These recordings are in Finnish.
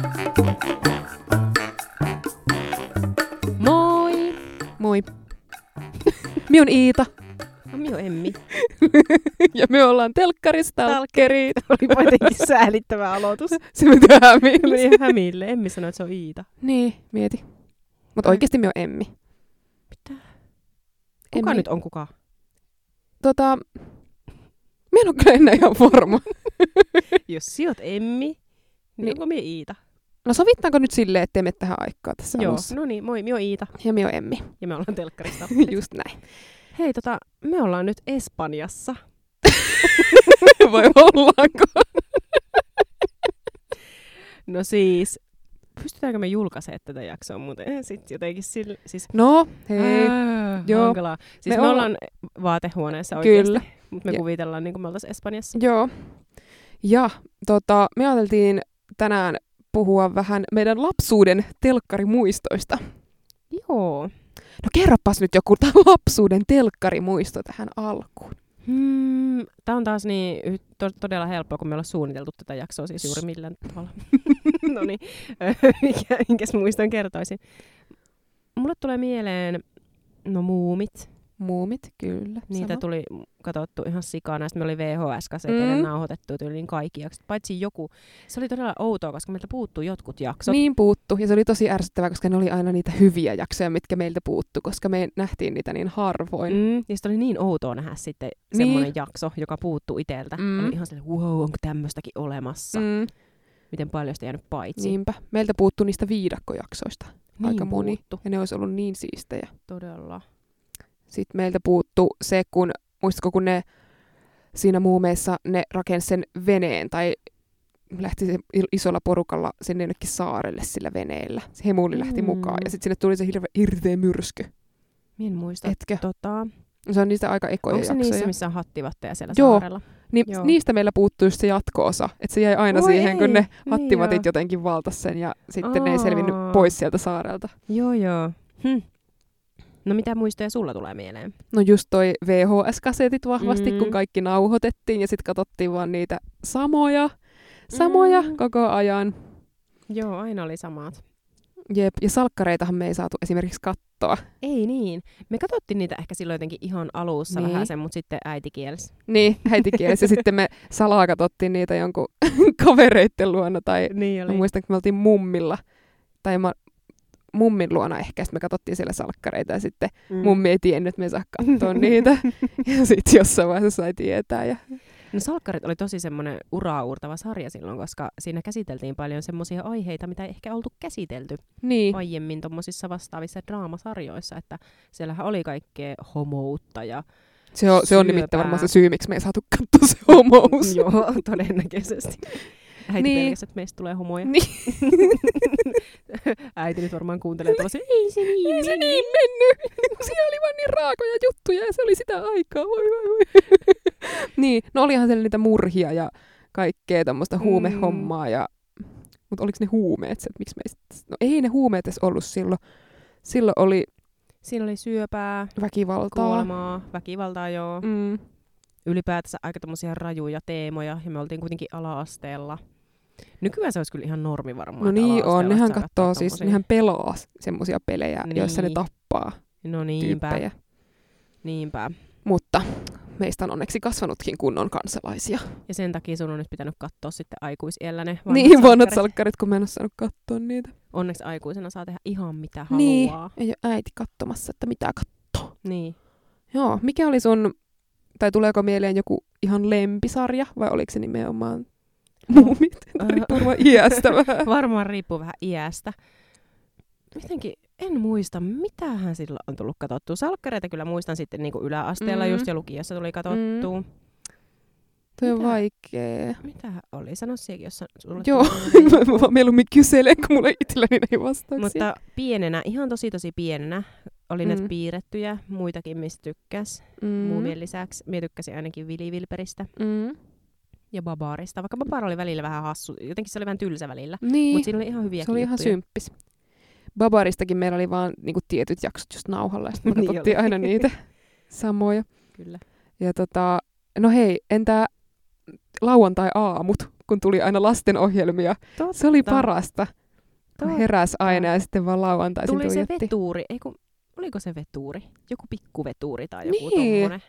Minun Iita. Mio No, Emmi. Ja me ollaan telkkaristalkkerit. Olipa jotenkin säälittävä aloitus. Se me tehdään Mä mielessä. Menin hämille. Emmi sanoi, että se on Iita. Niin, mieti. Mutta oikeasti me on Emmi. Mitä? Kuka Emmi. nyt on kuka? Tota, minä en ole kyllä enää ihan varma. Jos sijoit Emmi, niin, Niin. niin. onko mie Iita? No sovittaanko nyt silleen, että teemme tähän aikaa tässä Joo. alussa. No niin, moi, mio Iita. Ja me on Emmi. Ja me ollaan telkkarista. Just näin. Hei, tota, me ollaan nyt Espanjassa. Vai ollaanko? No siis, pystytäänkö me julkaisemaan tätä jaksoa muuten? Sitten jotenkin sillä, siis No, hei. Äh, Joo. Joo. Hankalaa. Siis Me me, me ollaan vaatehuoneessa oikeasti. Kyllä. Mutta me Ja- kuvitellaan niin kuin me oltaisiin Espanjassa. Joo. Ja tota, me ajateltiin tänään puhua vähän meidän lapsuuden telkkarimuistoista. Joo. No kerropas nyt joku tää lapsuuden telkkarimuisto tähän alkuun. Hmm, Tämä on taas niin y- to- todella helppoa, kun me ollaan suunniteltu tätä jaksoa siis juuri millään tavalla. no niin, mikä, minkäs muiston kertoisin. Mulle tulee mieleen, no muumit. Muumit, kyllä. Niitä sama. tuli katsottu ihan sikana. Sitten me oli VHS-kaseteille Mm. mm. nauhoitettu tyyliin kaikki jaksot. Paitsi joku, se oli todella outoa, koska meiltä puuttuu jotkut jaksot. Niin puuttu, ja se oli tosi ärsyttävää, koska ne oli aina niitä hyviä jaksoja, mitkä meiltä puuttu, koska me nähtiin niitä niin harvoin. Mm. Mm, ja sitten oli niin outoa nähdä sitten Niin. niin. semmoinen jakso, joka puuttuu iteltä. Mm. Mm. Oli ihan silleen, wow, onko tämmöstäkin olemassa? Mm. Mm, Miten paljon sitä jäänyt paitsi? niinpä. Meiltä puuttu niistä viidakkojaksoista niin aika moni, Puuttu. ja ne olisi ollut niin siistejä. Todella. Sitten meiltä puuttu se, kun, muistatko kun ne siinä muumeessa ne rakensi sen veneen, tai lähti se il- isolla porukalla sinne jonnekin saarelle sillä veneellä. Se hemuli lähti Mm. mukaan, ja sitten sinne tuli se hirveä hirveä myrsky. Minä en Niin muista. Et, Etkö? No tota, Se on niistä aika ekoja onko se jaksoja. niissä, missä on hattivatteja siellä Joo. saarella? Ni- Joo. niistä meillä puuttuu just se jatko-osa. Että se jäi aina Voi siihen, kun ei, ne niin hattivatit joo. jotenkin valtas sen ja sitten ne ei Aa. selvinnyt pois sieltä saarelta. Joo, joo. Hm. No mitä muistoja sulla tulee mieleen? No just toi VHS-kasetit vahvasti, mm. kun Mm. kaikki nauhoitettiin ja sitten katsottiin vaan niitä samoja, samoja mm. Mm. koko ajan. Joo, aina oli samat. Jep. Ja salkkareitahan me ei saatu esimerkiksi kattoa. Ei niin. Me katsottiin niitä ehkä silloin jotenkin ihan alussa Niin. niin. vähän sen, mutta sitten äiti kielsi. Niin, äitikielessä. sitten me salaa katsottiin niitä jonkun kavereitten luona tai Niin Mä muistan, kun me oltiin mummilla, tai mä, mummin luona ehkä, sitten me katsottiin siellä salkkareita, ja sitten mm. mummi ei tiennyt, että me ei saa katsoa niitä. Ja sitten jossain vaiheessa sai tietää. Ja... No salkkarit oli tosi semmoinen uraa uurtava sarja silloin, koska siinä käsiteltiin paljon semmoisia aiheita, mitä ei ehkä oltu käsitelty Niin, aiemmin tuommoisissa vastaavissa draamasarjoissa, että siellähän oli kaikkea homoutta ja... se on, se on syöpää. nimittäin varmaan se syy, miksi me ei saatu katsoa se homous. Joo, todennäköisesti. Äiti Niin. niin. pelkäsi, että meistä tulee homoja. Niin. Äiti nyt varmaan kuuntelee tuollaisia, ei se niin, ei se mene." niin mennyt. Siinä oli vaan niin raakoja juttuja ja se oli sitä aikaa. Voi, voi, voi. niin, no olihan siellä niitä murhia ja kaikkea tämmöistä Mm. huumehommaa. Ja... Mutta oliko ne huumeet? Se, että miksi me ei... sit- No ei ne huumeet edes ollut silloin. Silloin oli Siinä oli syöpää, väkivaltaa. kuolemaa, väkivaltaa joo. Mm. Ylipäätänsä aika tämmöisiä rajuja teemoja ja me oltiin kuitenkin ala-asteella. Nykyään se olisi kyllä ihan normi varmaan. No että niin ala-asteella on, nehän saa katsoa katsoo siis, tommosia. nehän pelaa semmoisia pelejä, niin. joissa ne Niin. tappaa No niinpä, tyyppejä. niinpä. Mutta meistä on onneksi kasvanutkin kunnon kansalaisia. Ja sen takia sun on nyt pitänyt katsoa sitten aikuisiellä ne vanhat niin, vanhat salkkarit. salkkarit, kun mä en ole saanut katsoa niitä. Onneksi aikuisena saa tehdä ihan mitä Niin, haluaa. ei ole äiti katsomassa, että mitä katsoo. Niin. Joo, mikä oli sun, tai tuleeko mieleen joku ihan lempisarja, vai oliko se nimenomaan muumit? Tämä riippuu vaan iästä vähän. Öö, Varmaan riippuu vähän iästä. Jotenkin en muista, mitähän silloin on tullut katsottua. Salkkareita kyllä muistan sitten niin kuin yläasteella Mm. mm. just ja lukiossa tuli katsottua. Mm. Tuo on Mitä? vaikea. Mitähän oli? Sano sekin, jos sulla Joo, tuli mieleen. mä vaan mieluummin kyselen, kun mulla itselläni näihin vastauksia. Mutta pienenä, ihan tosi tosi pienenä, oli mm. Mm. näitä piirrettyjä, muitakin mistä tykkäs. Mm. Muumien lisäksi minä tykkäsin ainakin Vili Vilperistä Mm. ja Babarista, vaikka Babar oli välillä vähän hassu. Jotenkin se oli vähän tylsä välillä, Niin. mutta siinä oli ihan hyviä Se oli ihan symppis. Babaristakin meillä oli vaan niinku tietyt jaksot just nauhalla, ja sitten me Niin katsottiin oli. aina niitä samoja. Kyllä. Ja tota, no hei, entä lauantai-aamut, kun tuli aina lastenohjelmia? Totta, Se oli parasta. Kun totta. heräs aina ja sitten vaan lauantaisin Tuli se tuijotti. vetuuri, ei kun, oliko se vetuuri? Joku pikkuvetuuri tai joku Niin. tommonen.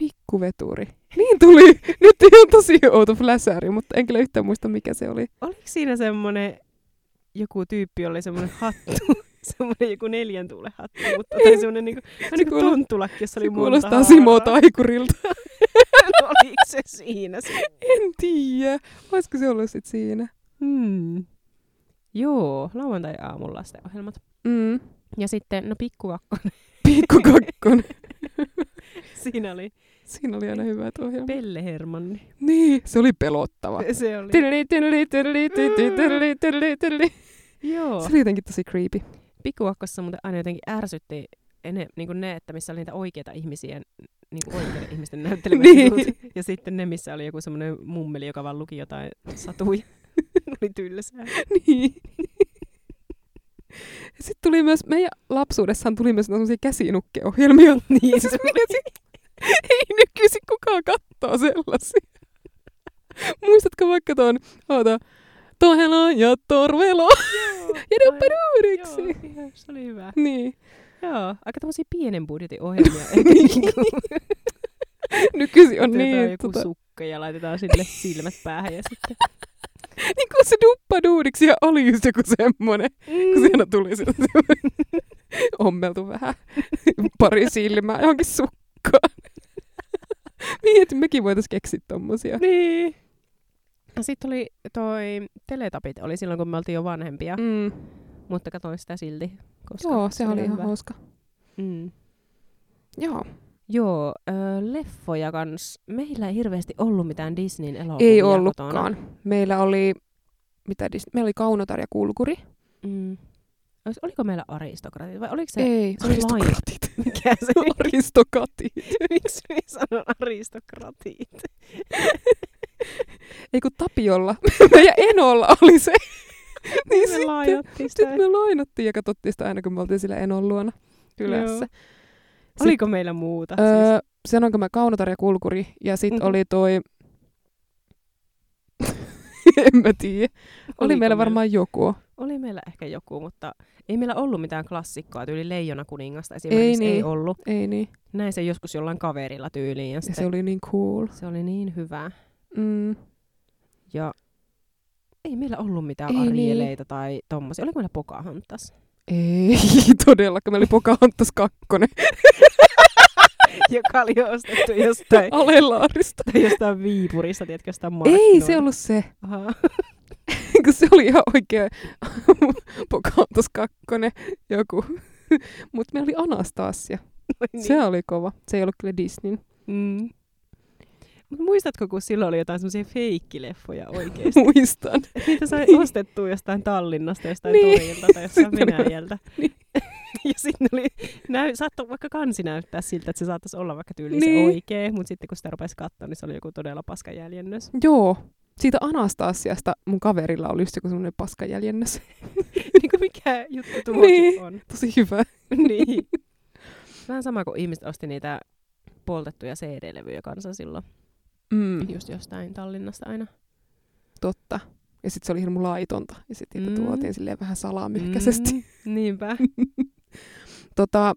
Pikkuveturi. Niin tuli. Nyt ihan tosi outo fläsäri, mutta en kyllä yhtään muista, mikä se oli. Oliko siinä semmonen joku tyyppi, jolla oli semmonen hattu? semmonen joku neljän tuulen hattu, mutta tai semmonen niinku, se niinku kuulostaa- tonttulakki, jossa oli Se monta kuulostaa haaraa. Simo Taikurilta. No, No, Oliko se siinä se? En tiedä. Olisiko se ollut sit siinä? Hmm. Joo, lauantai-aamulla sitä ohjelmat. Mm. Ja sitten, no pikkukakkonen, Pikku kakkonen. siinä oli Siinä oli aina hyvät ohjelmat. Pelle Hermanni. Niin, se oli pelottava. Se oli. Tyrli, tyrli, tyrli, tyrli, tyrli, tyrli, tyrli. Joo. Se oli jotenkin tosi creepy. Pikkukakkossa muuten aina jotenkin ärsytti ne, niin kuin ne, että missä oli niitä oikeita ihmisiä, niin kuin oikeiden ihmisten näyttelemät Niin. jutut. Ja sitten ne, missä oli joku semmoinen mummeli, joka vaan luki jotain satuja. oli tylsää. Niin. Sitten tuli myös, meidän lapsuudessaan tuli myös semmoisia käsinukkeohjelmia. Niin, Siis mietin, ei nykyisin kukaan kattoo sellaisia. Muistatko vaikka tuon, oota, Tohelo ja Torvelo ja Dupperuuriksi. Joo, se oli hyvä. Niin, Joo, aika tommosia pienen budjetin ohjelmia. Eikä niinku, nykyisin on otetaan niin, joku tota, sukka ja laitetaan sille silmät päähän ja sitten... niin kuin se duppaduudiksi ja oli just joku semmonen, Mm, kun se aina tuli sieltä semmonen ommeltu vähän pari silmää johonkin sukkaan. Mietin, mekin voitais keksiä tommosia. Niin. Ja sitten oli toi Teletapit, oli silloin kun me oltiin jo vanhempia, mm. Mm. mutta katsoin sitä silti. Koska Joo, se oli ihan hyvä. hauska. Mm. Joo. Joo, ö, leffoja kans. Meillä ei hirveästi ollut mitään Disneyn elokuvia Ei Kotona. ollutkaan. Meillä oli, mitä dis- meillä oli Kaunotar ja Kulkuri. Mm. Olis- Oliko meillä aristokratit vai oliko se... Ei, se oli lain- Mikä se Aristokati. Miksi minä sanon aristokratit? Ei kun Tapiolla. Meidän Enolla oli se. niin Me sitten, laajattiin sitä. sitten me lainattiin ja katsottiin sitä aina, kun me oltiin sillä Enon luona kylässä. Oliko meillä muuta? Öö, Öö, sanonko mä Kaunotar ja Kulkuri ja sit Mhm. oli toi... en mä tiedä. Oli meillä varmaan joku. Oli meillä ehkä joku, mutta ei meillä ollut mitään klassikkoa, tyyli Leijona kuningasta esimerkiksi ei, Ei niin. ei niin. ollut. Ei niin. Näin se joskus jollain kaverilla tyyliin ja, Ja sitten, se oli niin cool. se oli niin hyvä. Mm. Ja ei meillä ollut mitään Ei ei, niin. arjeleita niin. tai tommosia. Oliko meillä Pocahontas? Ei todellakaan. Meillä oli Pocahontas 2. Joka oli jo ostettu jostain, Oh. Alelaarista. tai jostain Viipurista, tiedätkö, jostain markkinoilla. Ei se ollut se, Aha. kun se oli ihan oikea Pocahontas 2. joku. Mutta meillä oli Anastasia. Niin. Niin. Se oli kova. Se ei ollut kyllä Disney. Mm. Mut muistatko, kun silloin oli jotain semmoisia feikkileffoja oikeesti? Muistan. Niitä sai Niin. ostettua jostain Tallinnasta, jostain Niin. torilta tai jostain Sitten ne- Venäjältä. Niin. Ja sitten oli, näy, saattoi vaikka kansi näyttää siltä, että se saattaisi olla vaikka tyyli Niin. se oikee, mutta sitten kun sitä rupesi katsoa, niin se oli joku todella paska jäljennös. Joo. Siitä Anastasiasta mun kaverilla oli just joku semmoinen paskajäljennös. niin kuin mikä juttu tuokin Niin. on. Tosi hyvä. niin. Vähän sama kuin ihmiset osti niitä poltettuja CD-levyjä kanssa silloin, Mm. just jostain Tallinnasta aina. Totta. Ja sitten se oli hirmu laitonta. Ja sitten niitä Mm. tuotiin silleen vähän salamyhkäisesti. Mm. Mm, niinpä. Tota,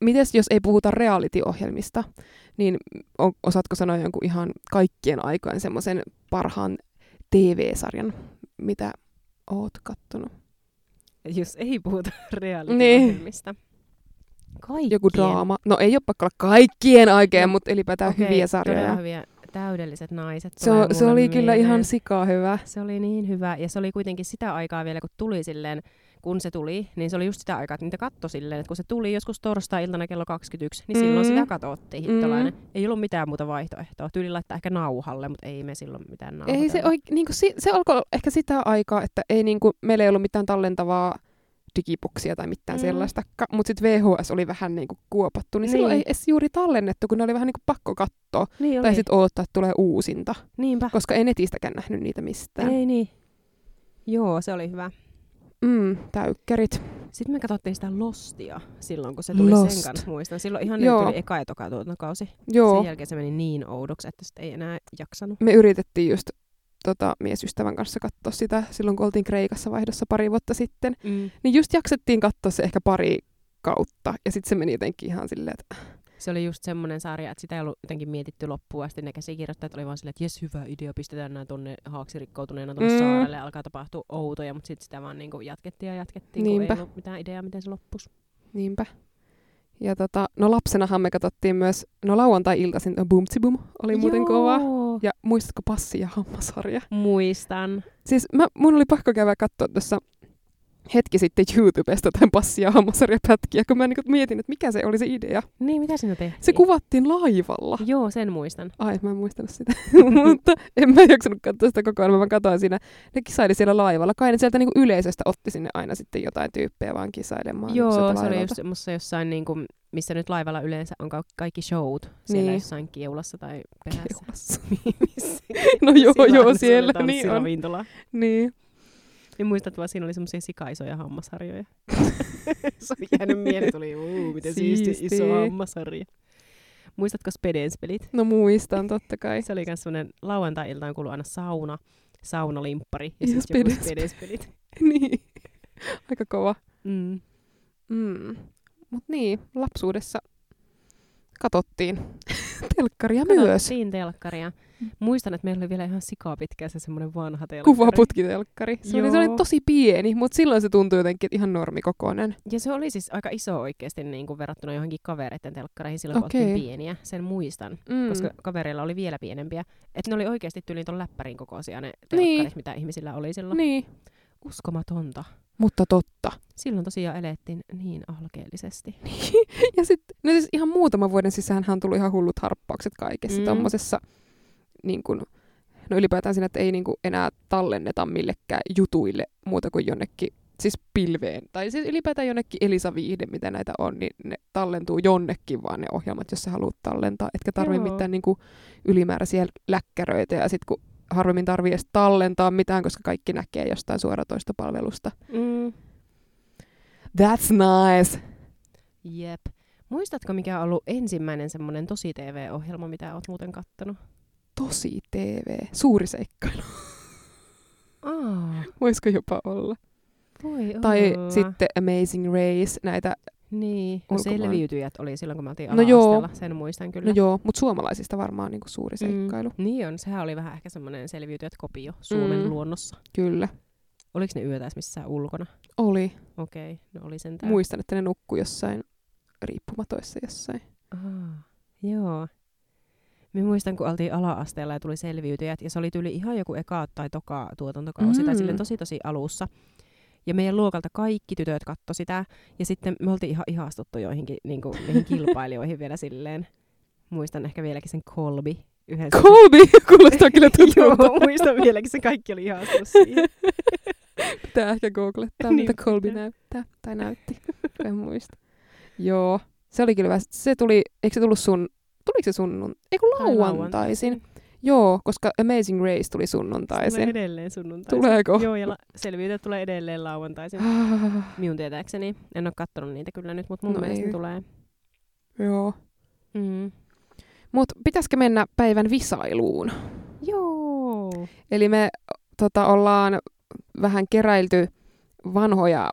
mites jos ei puhuta reality-ohjelmista, niin on, osaatko sanoa jonkun ihan kaikkien aikojen semmoisen parhaan TV-sarjan, mitä oot kattonut? Jos ei puhuta Niin. reality-ohjelmista. Kaikkien. Joku draama. No ei ole pakko olla kaikkien aikojen, No, mutta ylipäätään Okei, hyviä Todella sarjoja. hyviä täydelliset naiset. Se, tulee on, se mulle oli kyllä ihan mieleen. sikaa hyvä. Se oli niin hyvä, ja se oli kuitenkin sitä aikaa vielä, kun tuli silleen, kun se tuli, niin se oli just sitä aikaa, että niitä katto silleen, että kun se tuli joskus torstai-iltana kello 21, niin silloin Mm. sitä katsottiin hittolainen. Ei ollut mitään muuta vaihtoehtoa. Tyyli laittaa ehkä nauhalle, mutta ei me silloin mitään nauhaa. Ei se, oike, niin kuin, se alkoi olla ehkä sitä aikaa, että ei niin kuin, meillä ei ollut mitään tallentavaa digiboksia tai mitään Mm. mm. sellaista, mutta sitten VHS oli vähän niin kuin kuopattu, niin, niin silloin Niin. ei edes juuri tallennettu, kun ne oli vähän niin kuin pakko katsoa Niin oli. tai sitten odottaa, että tulee uusinta, Niinpä. koska ei netistäkään nähnyt niitä mistään. Ei niin. Joo, se oli hyvä. Mm, täykkärit. Sitten me katsottiin sitä Lostia silloin, kun se tuli sen Lost. kanssa, muistan. Silloin ihan Joo. nyt tuli eka ja toka tuota tuotantokausi. Joo, Sen jälkeen se meni niin oudoksi, että sitten ei enää jaksanut. me yritettiin just tota, miesystävän kanssa katsoa sitä silloin, kun oltiin Kreikassa vaihdossa pari vuotta sitten, Mm. niin just jaksettiin katsoa se ehkä pari kautta. Ja sitten se meni jotenkin ihan silleen, että Se oli just semmoinen sarja, että sitä ei ollut jotenkin mietitty loppuun asti. Ne käsikirjoittajat oli vaan silleen, että jes, hyvä idea, pistetään nämä tonne haaksi rikkoutuneena tonne Mm. mm. saarelle, alkaa tapahtua outoja, mutta sitten sitä vaan niinku jatkettiin ja jatkettiin, Niinpä. kun ei ollut mitään ideaa, miten se loppuisi. niinpä. Ja tota, no lapsenahan me katsottiin myös, no lauantai-iltaisin no Boomtsi Boom oli muuten Joo. kova. Ja muistatko Passi ja Hammasarja? Muistan. Siis mä, mun oli pakko käydä katsoa tuossa hetki sitten YouTubesta tämän passia hammasarjapätkiä, kun mä niin mietin, että mikä se oli se idea. Niin, mitä siinä tehtiin? Se kuvattiin laivalla. Joo, sen muistan. Ai, mä en muistanut sitä. Mutta en mä jaksanut katsoa sitä koko ajan, mä vaan katsoin siinä. Ne kisaili siellä laivalla. Kai ne sieltä niinku yleisöstä otti sinne aina sitten jotain tyyppejä vaan kisailemaan. niin Joo, se sieltä oli laivalta. just semmoisessa jossain, niin kuin, missä nyt laivalla yleensä on ka- kaikki showt. Siellä Niin. niin. jossain kiulassa tai perässä. Keulassa. Missä- niin, No joo, sillä joo, on siellä semmoinen niin on. tanssiravintola. Niin. Niin muistat vaan, siinä oli semmoisia sikaisoja hammasharjoja. se on jäänyt mieleen, tuli uu, miten siisti iso Siisti. hammasharja. Muistatko Spedenspelit? No muistan totta kai. Se oli myös semmoinen lauantai-iltaan kuului aina sauna, saunalimppari ja Ja sitten joku Spedenspelit. Spedenspelit. niin. Aika kova. Mm. Mm. Mut niin, lapsuudessa katottiin telkkaria Katsottiin myös. telkkaria. Mm. Muistan, että meillä oli vielä ihan sikapitkä se semmoinen vanha telkkari. Kuvaputkitelkkari. Se oli, se oli Joo. tosi pieni, mutta silloin se tuntui jotenkin että ihan normikokoinen. Ja se oli siis aika iso oikeasti niin kuin verrattuna johonkin kavereiden telkkareihin silloin, kun oltiin Okei. pieniä. Sen muistan, Mm. koska kavereilla oli vielä pienempiä. Että ne oli oikeasti tyyliin ton läppärin kokoisia ne Niin. telkkarit, mitä ihmisillä oli silloin. Niin, Uskomatonta. mutta totta. Silloin tosiaan elettiin niin alkeellisesti. Ja sitten, no siis ihan muutaman vuoden sisään on tullut ihan hullut harppaukset kaikessa Mm. mm. tommosessa, niin kun, no ylipäätään siinä, että ei niin kun enää tallenneta millekään jutuille muuta kuin jonnekin, siis pilveen, tai siis ylipäätään jonnekin Elisa Viihde, mitä näitä on, niin ne tallentuu jonnekin vaan ne ohjelmat, jos sä haluat tallentaa, etkä tarvi Joo. mitään niin kun ylimääräisiä läkkäröitä, ja sitten kun harvemmin tarvii edes tallentaa mitään, koska kaikki näkee jostain suoratoistopalvelusta. Mm. That's nice! Jep. Muistatko, mikä on ollut ensimmäinen semmoinen tosi-TV-ohjelma, mitä oot muuten kattonut? Tosi TV. Suuri seikkailu. Aa, Voisiko jopa olla? voi olla. Tai sitten Amazing Race, näitä, Niin, no Ulkomaan. selviytyjät oli silloin, kun me oltiin No joo. ala-asteella. Sen muistan kyllä. no joo, mutta suomalaisista varmaan niinku suuri seikkailu. Mm. Mm, niin on, sehän oli vähän ehkä semmoinen selviytyjät kopio Suomen Mm. mm. luonnossa. Kyllä, Oliko ne yötäis missään ulkona? oli. Okei, okay, no oli sen Tää. Muistan, että ne nukkui jossain riippumatoissa jossain. Ah, joo. Mä muistan, kun oltiin ala-asteella ja tuli selviytyjät, ja se oli tyyli ihan joku eka tai toka tuotantokausi, mm. tai Mm. silleen tosi tosi alussa. Ja meidän luokalta kaikki tytöt katto sitä, ja sitten me oltiin ihan ihastuttu joihinkin niin kuin, niihin kilpailijoihin vielä silleen. Muistan ehkä vieläkin sen Kolbi. Yhden Kobe! Kuulostaa kyllä Joo, tutulta. muistan vieläkin, se kaikki oli ihastunut siihen. Pitää ehkä googlettaa, Niin mitä Colby pitää. näyttää. Tai näytti. en muista. Joo. Se oli kyllä vähän, se tuli, eikö se tullut sun, tuliko se sunnun, ei kun Tai lauantaisin. Joo, koska Amazing Race tuli Se Tulee sunnuntaisin. edelleen sunnuntaisin. Tuleeko? Joo, ja la- selviytyä tulee edelleen lauantaisin. Ah, Minun tietääkseni. En ole kattonut niitä kyllä nyt, mutta mun no No mielestä ei. ne tulee. joo. Mm. Mutta pitäisikö mennä päivän visailuun? Joo. Eli me tota, ollaan vähän keräilty vanhoja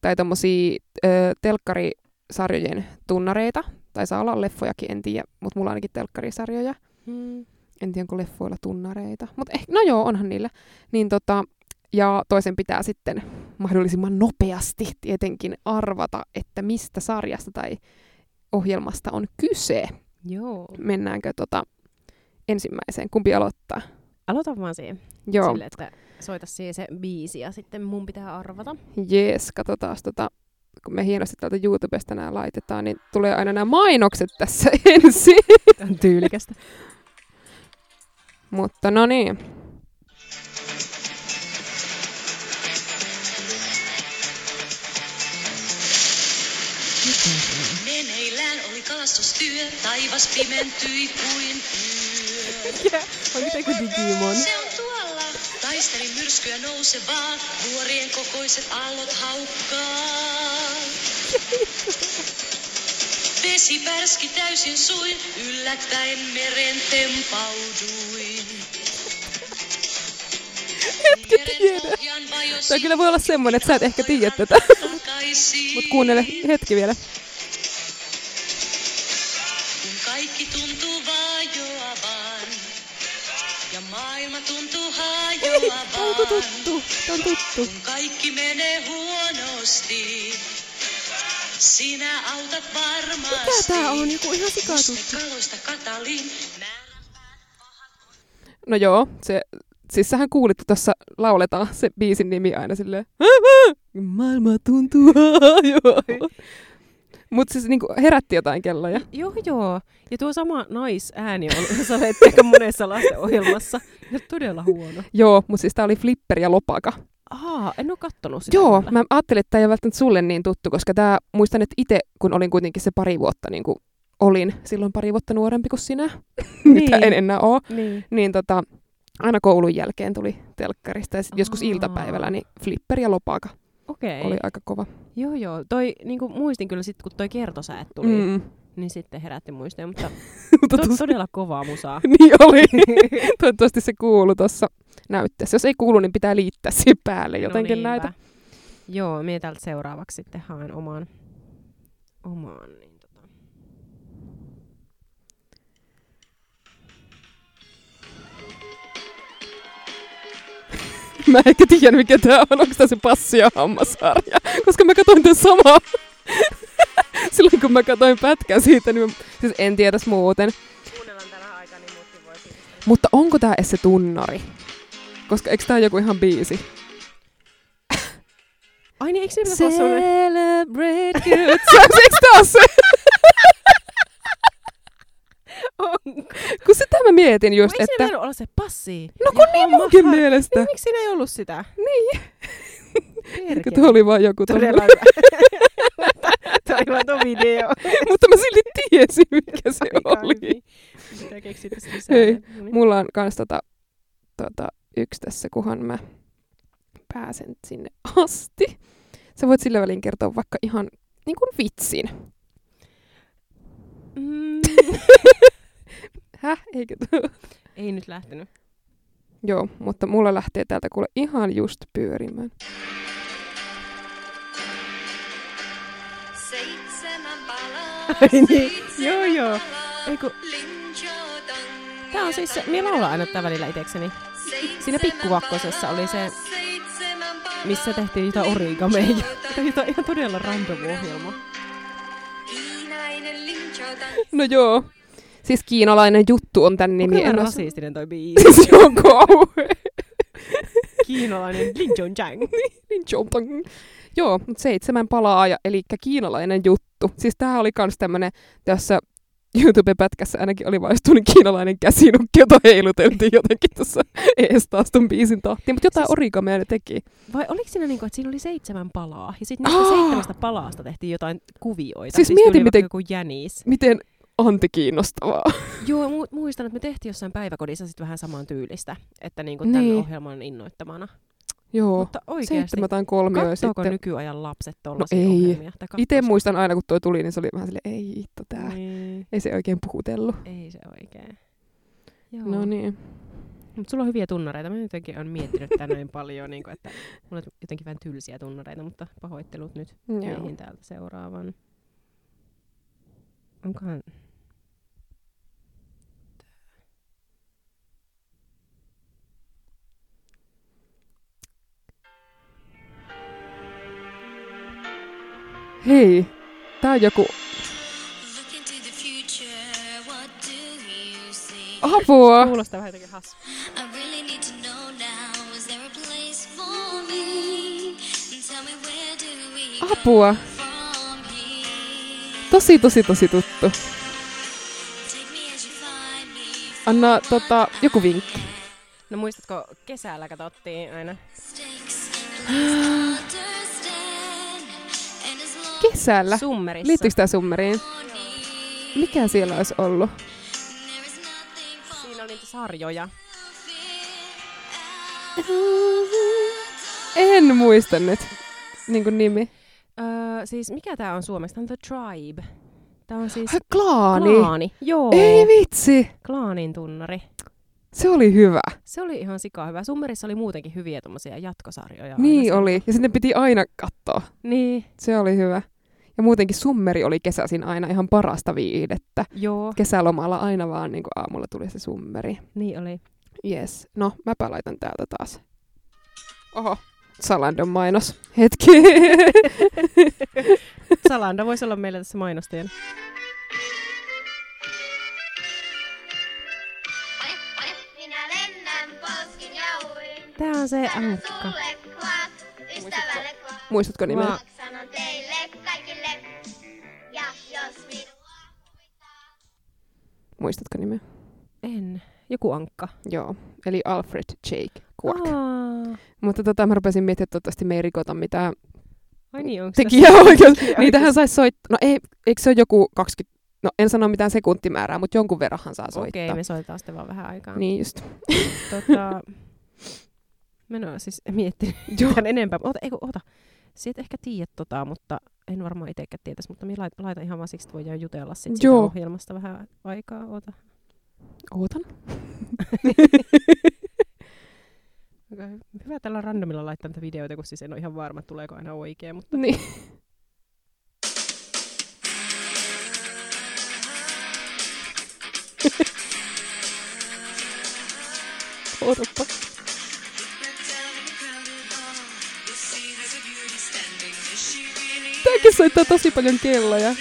tai tommosia ö, telkkarisarjojen tunnareita. Tai saa olla leffojakin, en tiedä, mutta mulla on ainakin telkkarisarjoja. Mm. En tiedä, onko leffoilla tunnareita. Mutta eh, no joo, onhan niillä. Niin tota, ja toisen pitää sitten mahdollisimman nopeasti tietenkin arvata, että mistä sarjasta tai ohjelmasta on kyse. Joo. Mennäänkö tota ensimmäiseen? Kumpi aloittaa? Aloitan vaan siihen. Joo. Sille, että soita siihen se biisi ja sitten mun pitää arvata. Jees, katsotaan tota, kun me hienosti täältä YouTubesta nämä laitetaan, niin tulee aina nämä mainokset tässä ensin. Tää on tyylikästä. Mutta no niin. Meneillään oli kalastustyö, taivas pimentyi kuin yö. Onko tämä kuin Digimon? Se on tuolla, taisteli myrskyä nousevaa, vuorien kokoiset aallot haukkaa. Vesi pärski täysin suin, yllättäen meren tempauduin. Meren Jee. Tämä kyllä voi olla semmoinen, että sä et ehkä tiedä tätä. Mut kuunnele hetki vielä. Kun kaikki tuntuu vajoavan ja maailma tuntuu Ei, tää onko hajoavan. tuttu? Tää on tuttu. Kun kaikki menee huonosti, sinä autat varmasti. Mikä tää on? Joku ihan sikaa tuttu. Mustekaloista Katalin, No joo, se, siis sähän kuulit, kun tuossa lauletaan se biisin nimi aina silleen. Maailma tuntuu joo. Mut siis niinku herätti jotain kelloja. Joo, joo. Ja tuo sama naisääni on sovettu aika monessa lastenohjelmassa. Ja todella huono. Joo, mut siis tää oli Flipper ja Lopaka. Aha, en ole kattonut sitä. Joo, kyllä. mä ajattelin, että tämä ei ole välttämättä sulle niin tuttu, koska tämä, muistan, että itse, kun olin kuitenkin se pari vuotta, niin kuin olin silloin pari vuotta nuorempi kuin sinä, niin. mitä Niin. en enää ole, Niin. niin tota, aina koulun jälkeen tuli telkkarista ja sit joskus Aa. iltapäivällä, niin flipper ja lopaka Okei. oli aika kova. Joo, joo. Toi, niin kuin muistin kyllä sitten, kun toi kertosäät tuli, mm. Mm. niin sitten herätti muistoja, mutta Mutta to, tos- todella kovaa musaa. niin oli. Toivottavasti se kuulu tuossa näytteessä. Jos ei kuulu, niin pitää liittää siihen päälle jotenkin No niinpä. näitä. Joo, minä täältä seuraavaksi sitten haen omaan. omaan niin tota. Mä ehkä tiedän, mikä tää on. Onko tää se passi ja hammasharja? Koska mä katsoin tän samaa. Silloin kun mä katsoin pätkän siitä, niin mä, siis en tiedä muuten. Kuunnellaan tällä aikaa, niin muutkin voi Mutta onko tää edes se tunnari? Koska eikö tää joku ihan biisi? Ai niin, eikö se pitäisi olla sellainen? Celebrate good. se on se, eikö tää oo se? Onko? Kun sitä mä mietin just, Eikö että... että... siinä olla se passi? No kun niin Homma munkin har- mielestä. Niin, miksi siinä ei ollut sitä? Niin. Eikö Perkele. tuo oli vaan joku Niin Todella tommonen? hyvä. Tämä oli vaan tuo video. Mutta mä silti tiesin, mikä se Aika oli. hyvin. Mitä keksit tässä lisää? Ei, No niin. Mulla on kans tota, tota, yksi tässä, kunhan mä pääsen sinne asti. Sä voit sillä välin kertoa vaikka ihan niin kuin vitsin. Mm, Häh? Eikö tuo? ei nyt lähtenyt. Joo, mutta mulla lähtee täältä kuule ihan just pyörimään. seitsemän palaa, Ai niin. seitsemän Joo, joo. palaa, Ei kun, linjotan tää on siis, se- minä laulan aina tää välillä itekseni. Siinä pikkuvakkosessa oli se, seitsemän palaa. missä tehtiin jotain origameja. Tämä on jotain ihan todella random ohjelma. Kiinainen linjotan, No joo. Siis kiinalainen juttu on tän nimi. Nimi on en oo- rasistinen toi biisi. Siis se on kauhe. Kiinalainen Lin Jong Chang. Niin Chomtang. Joo, mut seitsemän palaa ja eli kiinalainen juttu. Siis tää oli kans tämmönen, tässä YouTube-pätkässä ainakin oli vaistunut kiinalainen käsinukki, jota heiluteltiin jotenkin tuossa ees taas ton biisin tahtiin, mutta jotain Siis- origamia ne teki. Vai oliko siinä niinku, että siinä oli seitsemän palaa, ja sitten niistä Aa! seitsemästä palaasta tehtiin jotain kuvioita. Siis tuli mietin, vaikka miten- joku jänis. Miten anti kiinnostavaa. Joo, mu- muistan, että me tehtiin jossain päiväkodissa sit vähän saman tyylistä, että niinku tämän Niin. ohjelman innoittamana. Joo, Mutta oikeasti, seitsemän tai kolmio katsooko sitten. nykyajan lapset tollasia No ei. ohjelmia? Tai Itse katsois- muistan aina, kun toi tuli, niin se oli vähän silleen, ei hitto tää. Niin, Ei se oikein puhutellut. ei se oikein. Joo. No niin. Mutta sulla on hyviä tunnareita. Mä jotenkin olen miettinyt tää näin paljon, niin kun, että mulla on jotenkin vähän tylsiä tunnareita, mutta pahoittelut nyt Joo. meihin täältä seuraavan. Onkohan... Hei, tää on joku Look into the future, what do you see? apua. Kuulostaa vähän jotenkin hassu. I really need to know now, is there a place for me? And tell me where do we go Apua. from here? Tosi, tosi, tosi tuttu. Take me as you find me. Anna tota, joku vinkki. No muistatko, kesällä katsottiin aina? Mistakes, please understand. And as long Kesällä. Summerissa. Liittyykö tämä summeriin? as Mikä siellä olisi ollut? there is nothing for Siinä oli niitä sarjoja. Äh. En muista nyt niin kuin nimi. Öö, siis mikä tää on suomesta? Tää on The Tribe. Tää on siis Ai, klaani. klaani. Joo. Ei vitsi. Klaanin tunnari. Se oli hyvä. Se oli ihan sikaa hyvä. Summerissa oli muutenkin hyviä tommosia jatkosarjoja. niin aina. oli. Ja sitten piti aina katsoa. Niin, Se oli hyvä. Ja muutenkin summeri oli kesäisin aina ihan parasta viihdettä. joo, Kesälomalla aina vaan niin aamulla tuli se summeri. niin oli. Yes. No, mäpä laitan täältä taas. Oho, Salandon mainos. Hetki. Salanda voisi olla meillä tässä mainostajana. Minä lennän, poskin ja uin. Tää on se Sanon Antka. sulle kvak, ystävälle kvak. Muistatko nimen? Mä- Sanon teille kaikille. Ja jos minua huvittaa. Muistatko nimen? En. Joku Ankka. Joo. Eli Alfred Jake Quark. Aa, Mutta tota, mä rupesin miettimään, että toivottavasti me ei rikota mitään ai niin, onko tekijä oikeus. Niitähän saisi soittaa. No ei, eikö se ole joku 20... No en sano mitään sekuntimäärää, mutta jonkun verranhan saa soittaa. Okei, me soitetaan sitten vaan vähän aikaa. Niin just. Tota, mä en oo siis miettinyt Joo. tämän enempää. Ota, eiku, ota. Siet ehkä tiedät tota, mutta en varmaan itsekään tietäisi, mutta minä laitan, laitan ihan vaan siksi, että voidaan jutella sit siitä Joo. ohjelmasta vähän aikaa. Ota. Ootan. Aika hy- Hyvä tällä randomilla laittaa niitä videoita, kun siis en ole ihan varma, tuleeko aina oikein. Mutta... Niin. Orpa. Tääkin soittaa tosi paljon kelloja.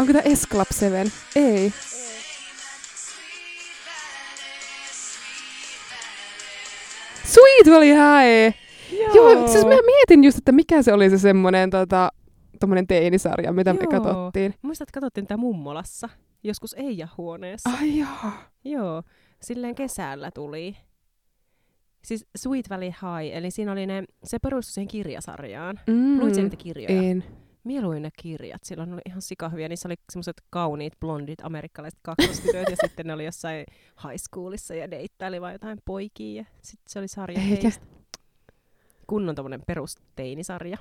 Onko tää S Club 7? Ei. Sweet Valley High! Joo. Joo, siis mä mietin just, että mikä se oli se semmonen tota, tommonen teinisarja, mitä me Joo. katsottiin. Muistat, että katsottiin tätä mummolassa, joskus Eija-huoneessa. Ai joo. Joo, silleen kesällä tuli. Siis Sweet Valley High, eli siinä oli ne, se perustui siihen kirjasarjaan. Mm. Mm. Luit sä niitä kirjoja? En. Mieluin ne kirjat, silloin ne oli ihan sikahyviä. Niissä oli semmoiset kauniit blondit amerikkalaiset kaksostytöt ja sitten ne oli jossain high schoolissa ja deittaili vaan jotain poikia. Ja sitten se oli sarja Eikä. heistä. Kunnon tommonen perusteinisarja.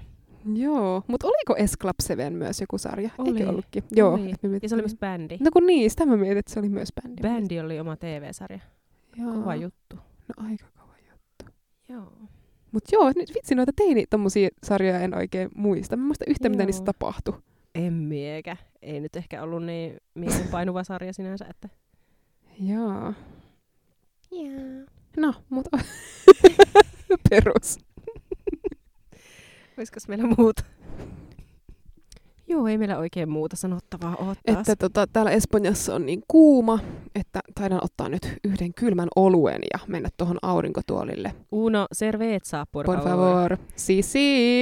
Joo, mutta oliko S Club 7 myös joku sarja? Oli. Eikö ollutkin? Joo. Oli. et me Ja se oli mietittiin. myös bändi. No kun niin, sitä mä mietin, että se oli myös bändi. Bändi oli oma TV-sarja. Joo. Kova juttu. No aika kova juttu. Joo. Mutta joo, nyt vitsi noita teini tommosia sarjoja en oikein muista. Mä en muista yhtä, mitä Joo. niissä tapahtui. En miekä. Ei nyt ehkä ollut niin mielen painuva sarja sinänsä, että... Joo. Jaa. No, mutta perus. Olisiko meillä muuta? Joo, ei meillä oikein muuta sanottavaa ole taas. Että tota, täällä Espanjassa on niin kuuma, että taidan ottaa nyt yhden kylmän oluen ja mennä tuohon aurinkotuolille. Uno cerveza, por, Por favor. Si, si.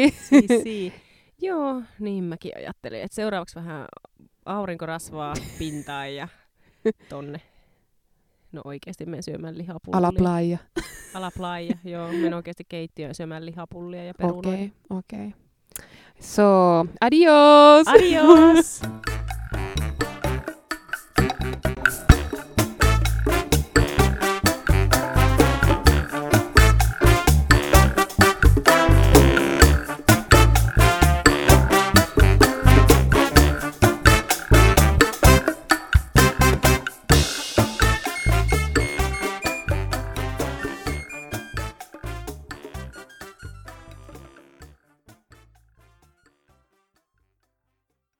Si, Siis si. Joo, niin mäkin ajattelin. Et seuraavaksi vähän aurinkorasvaa pintaan ja tonne. No oikeasti menen syömään lihapullia. Alaplaya. Alaplaija, joo. Menen oikeasti keittiöön syömään lihapullia ja perunoita. Okei, okei. So, adios! Adios!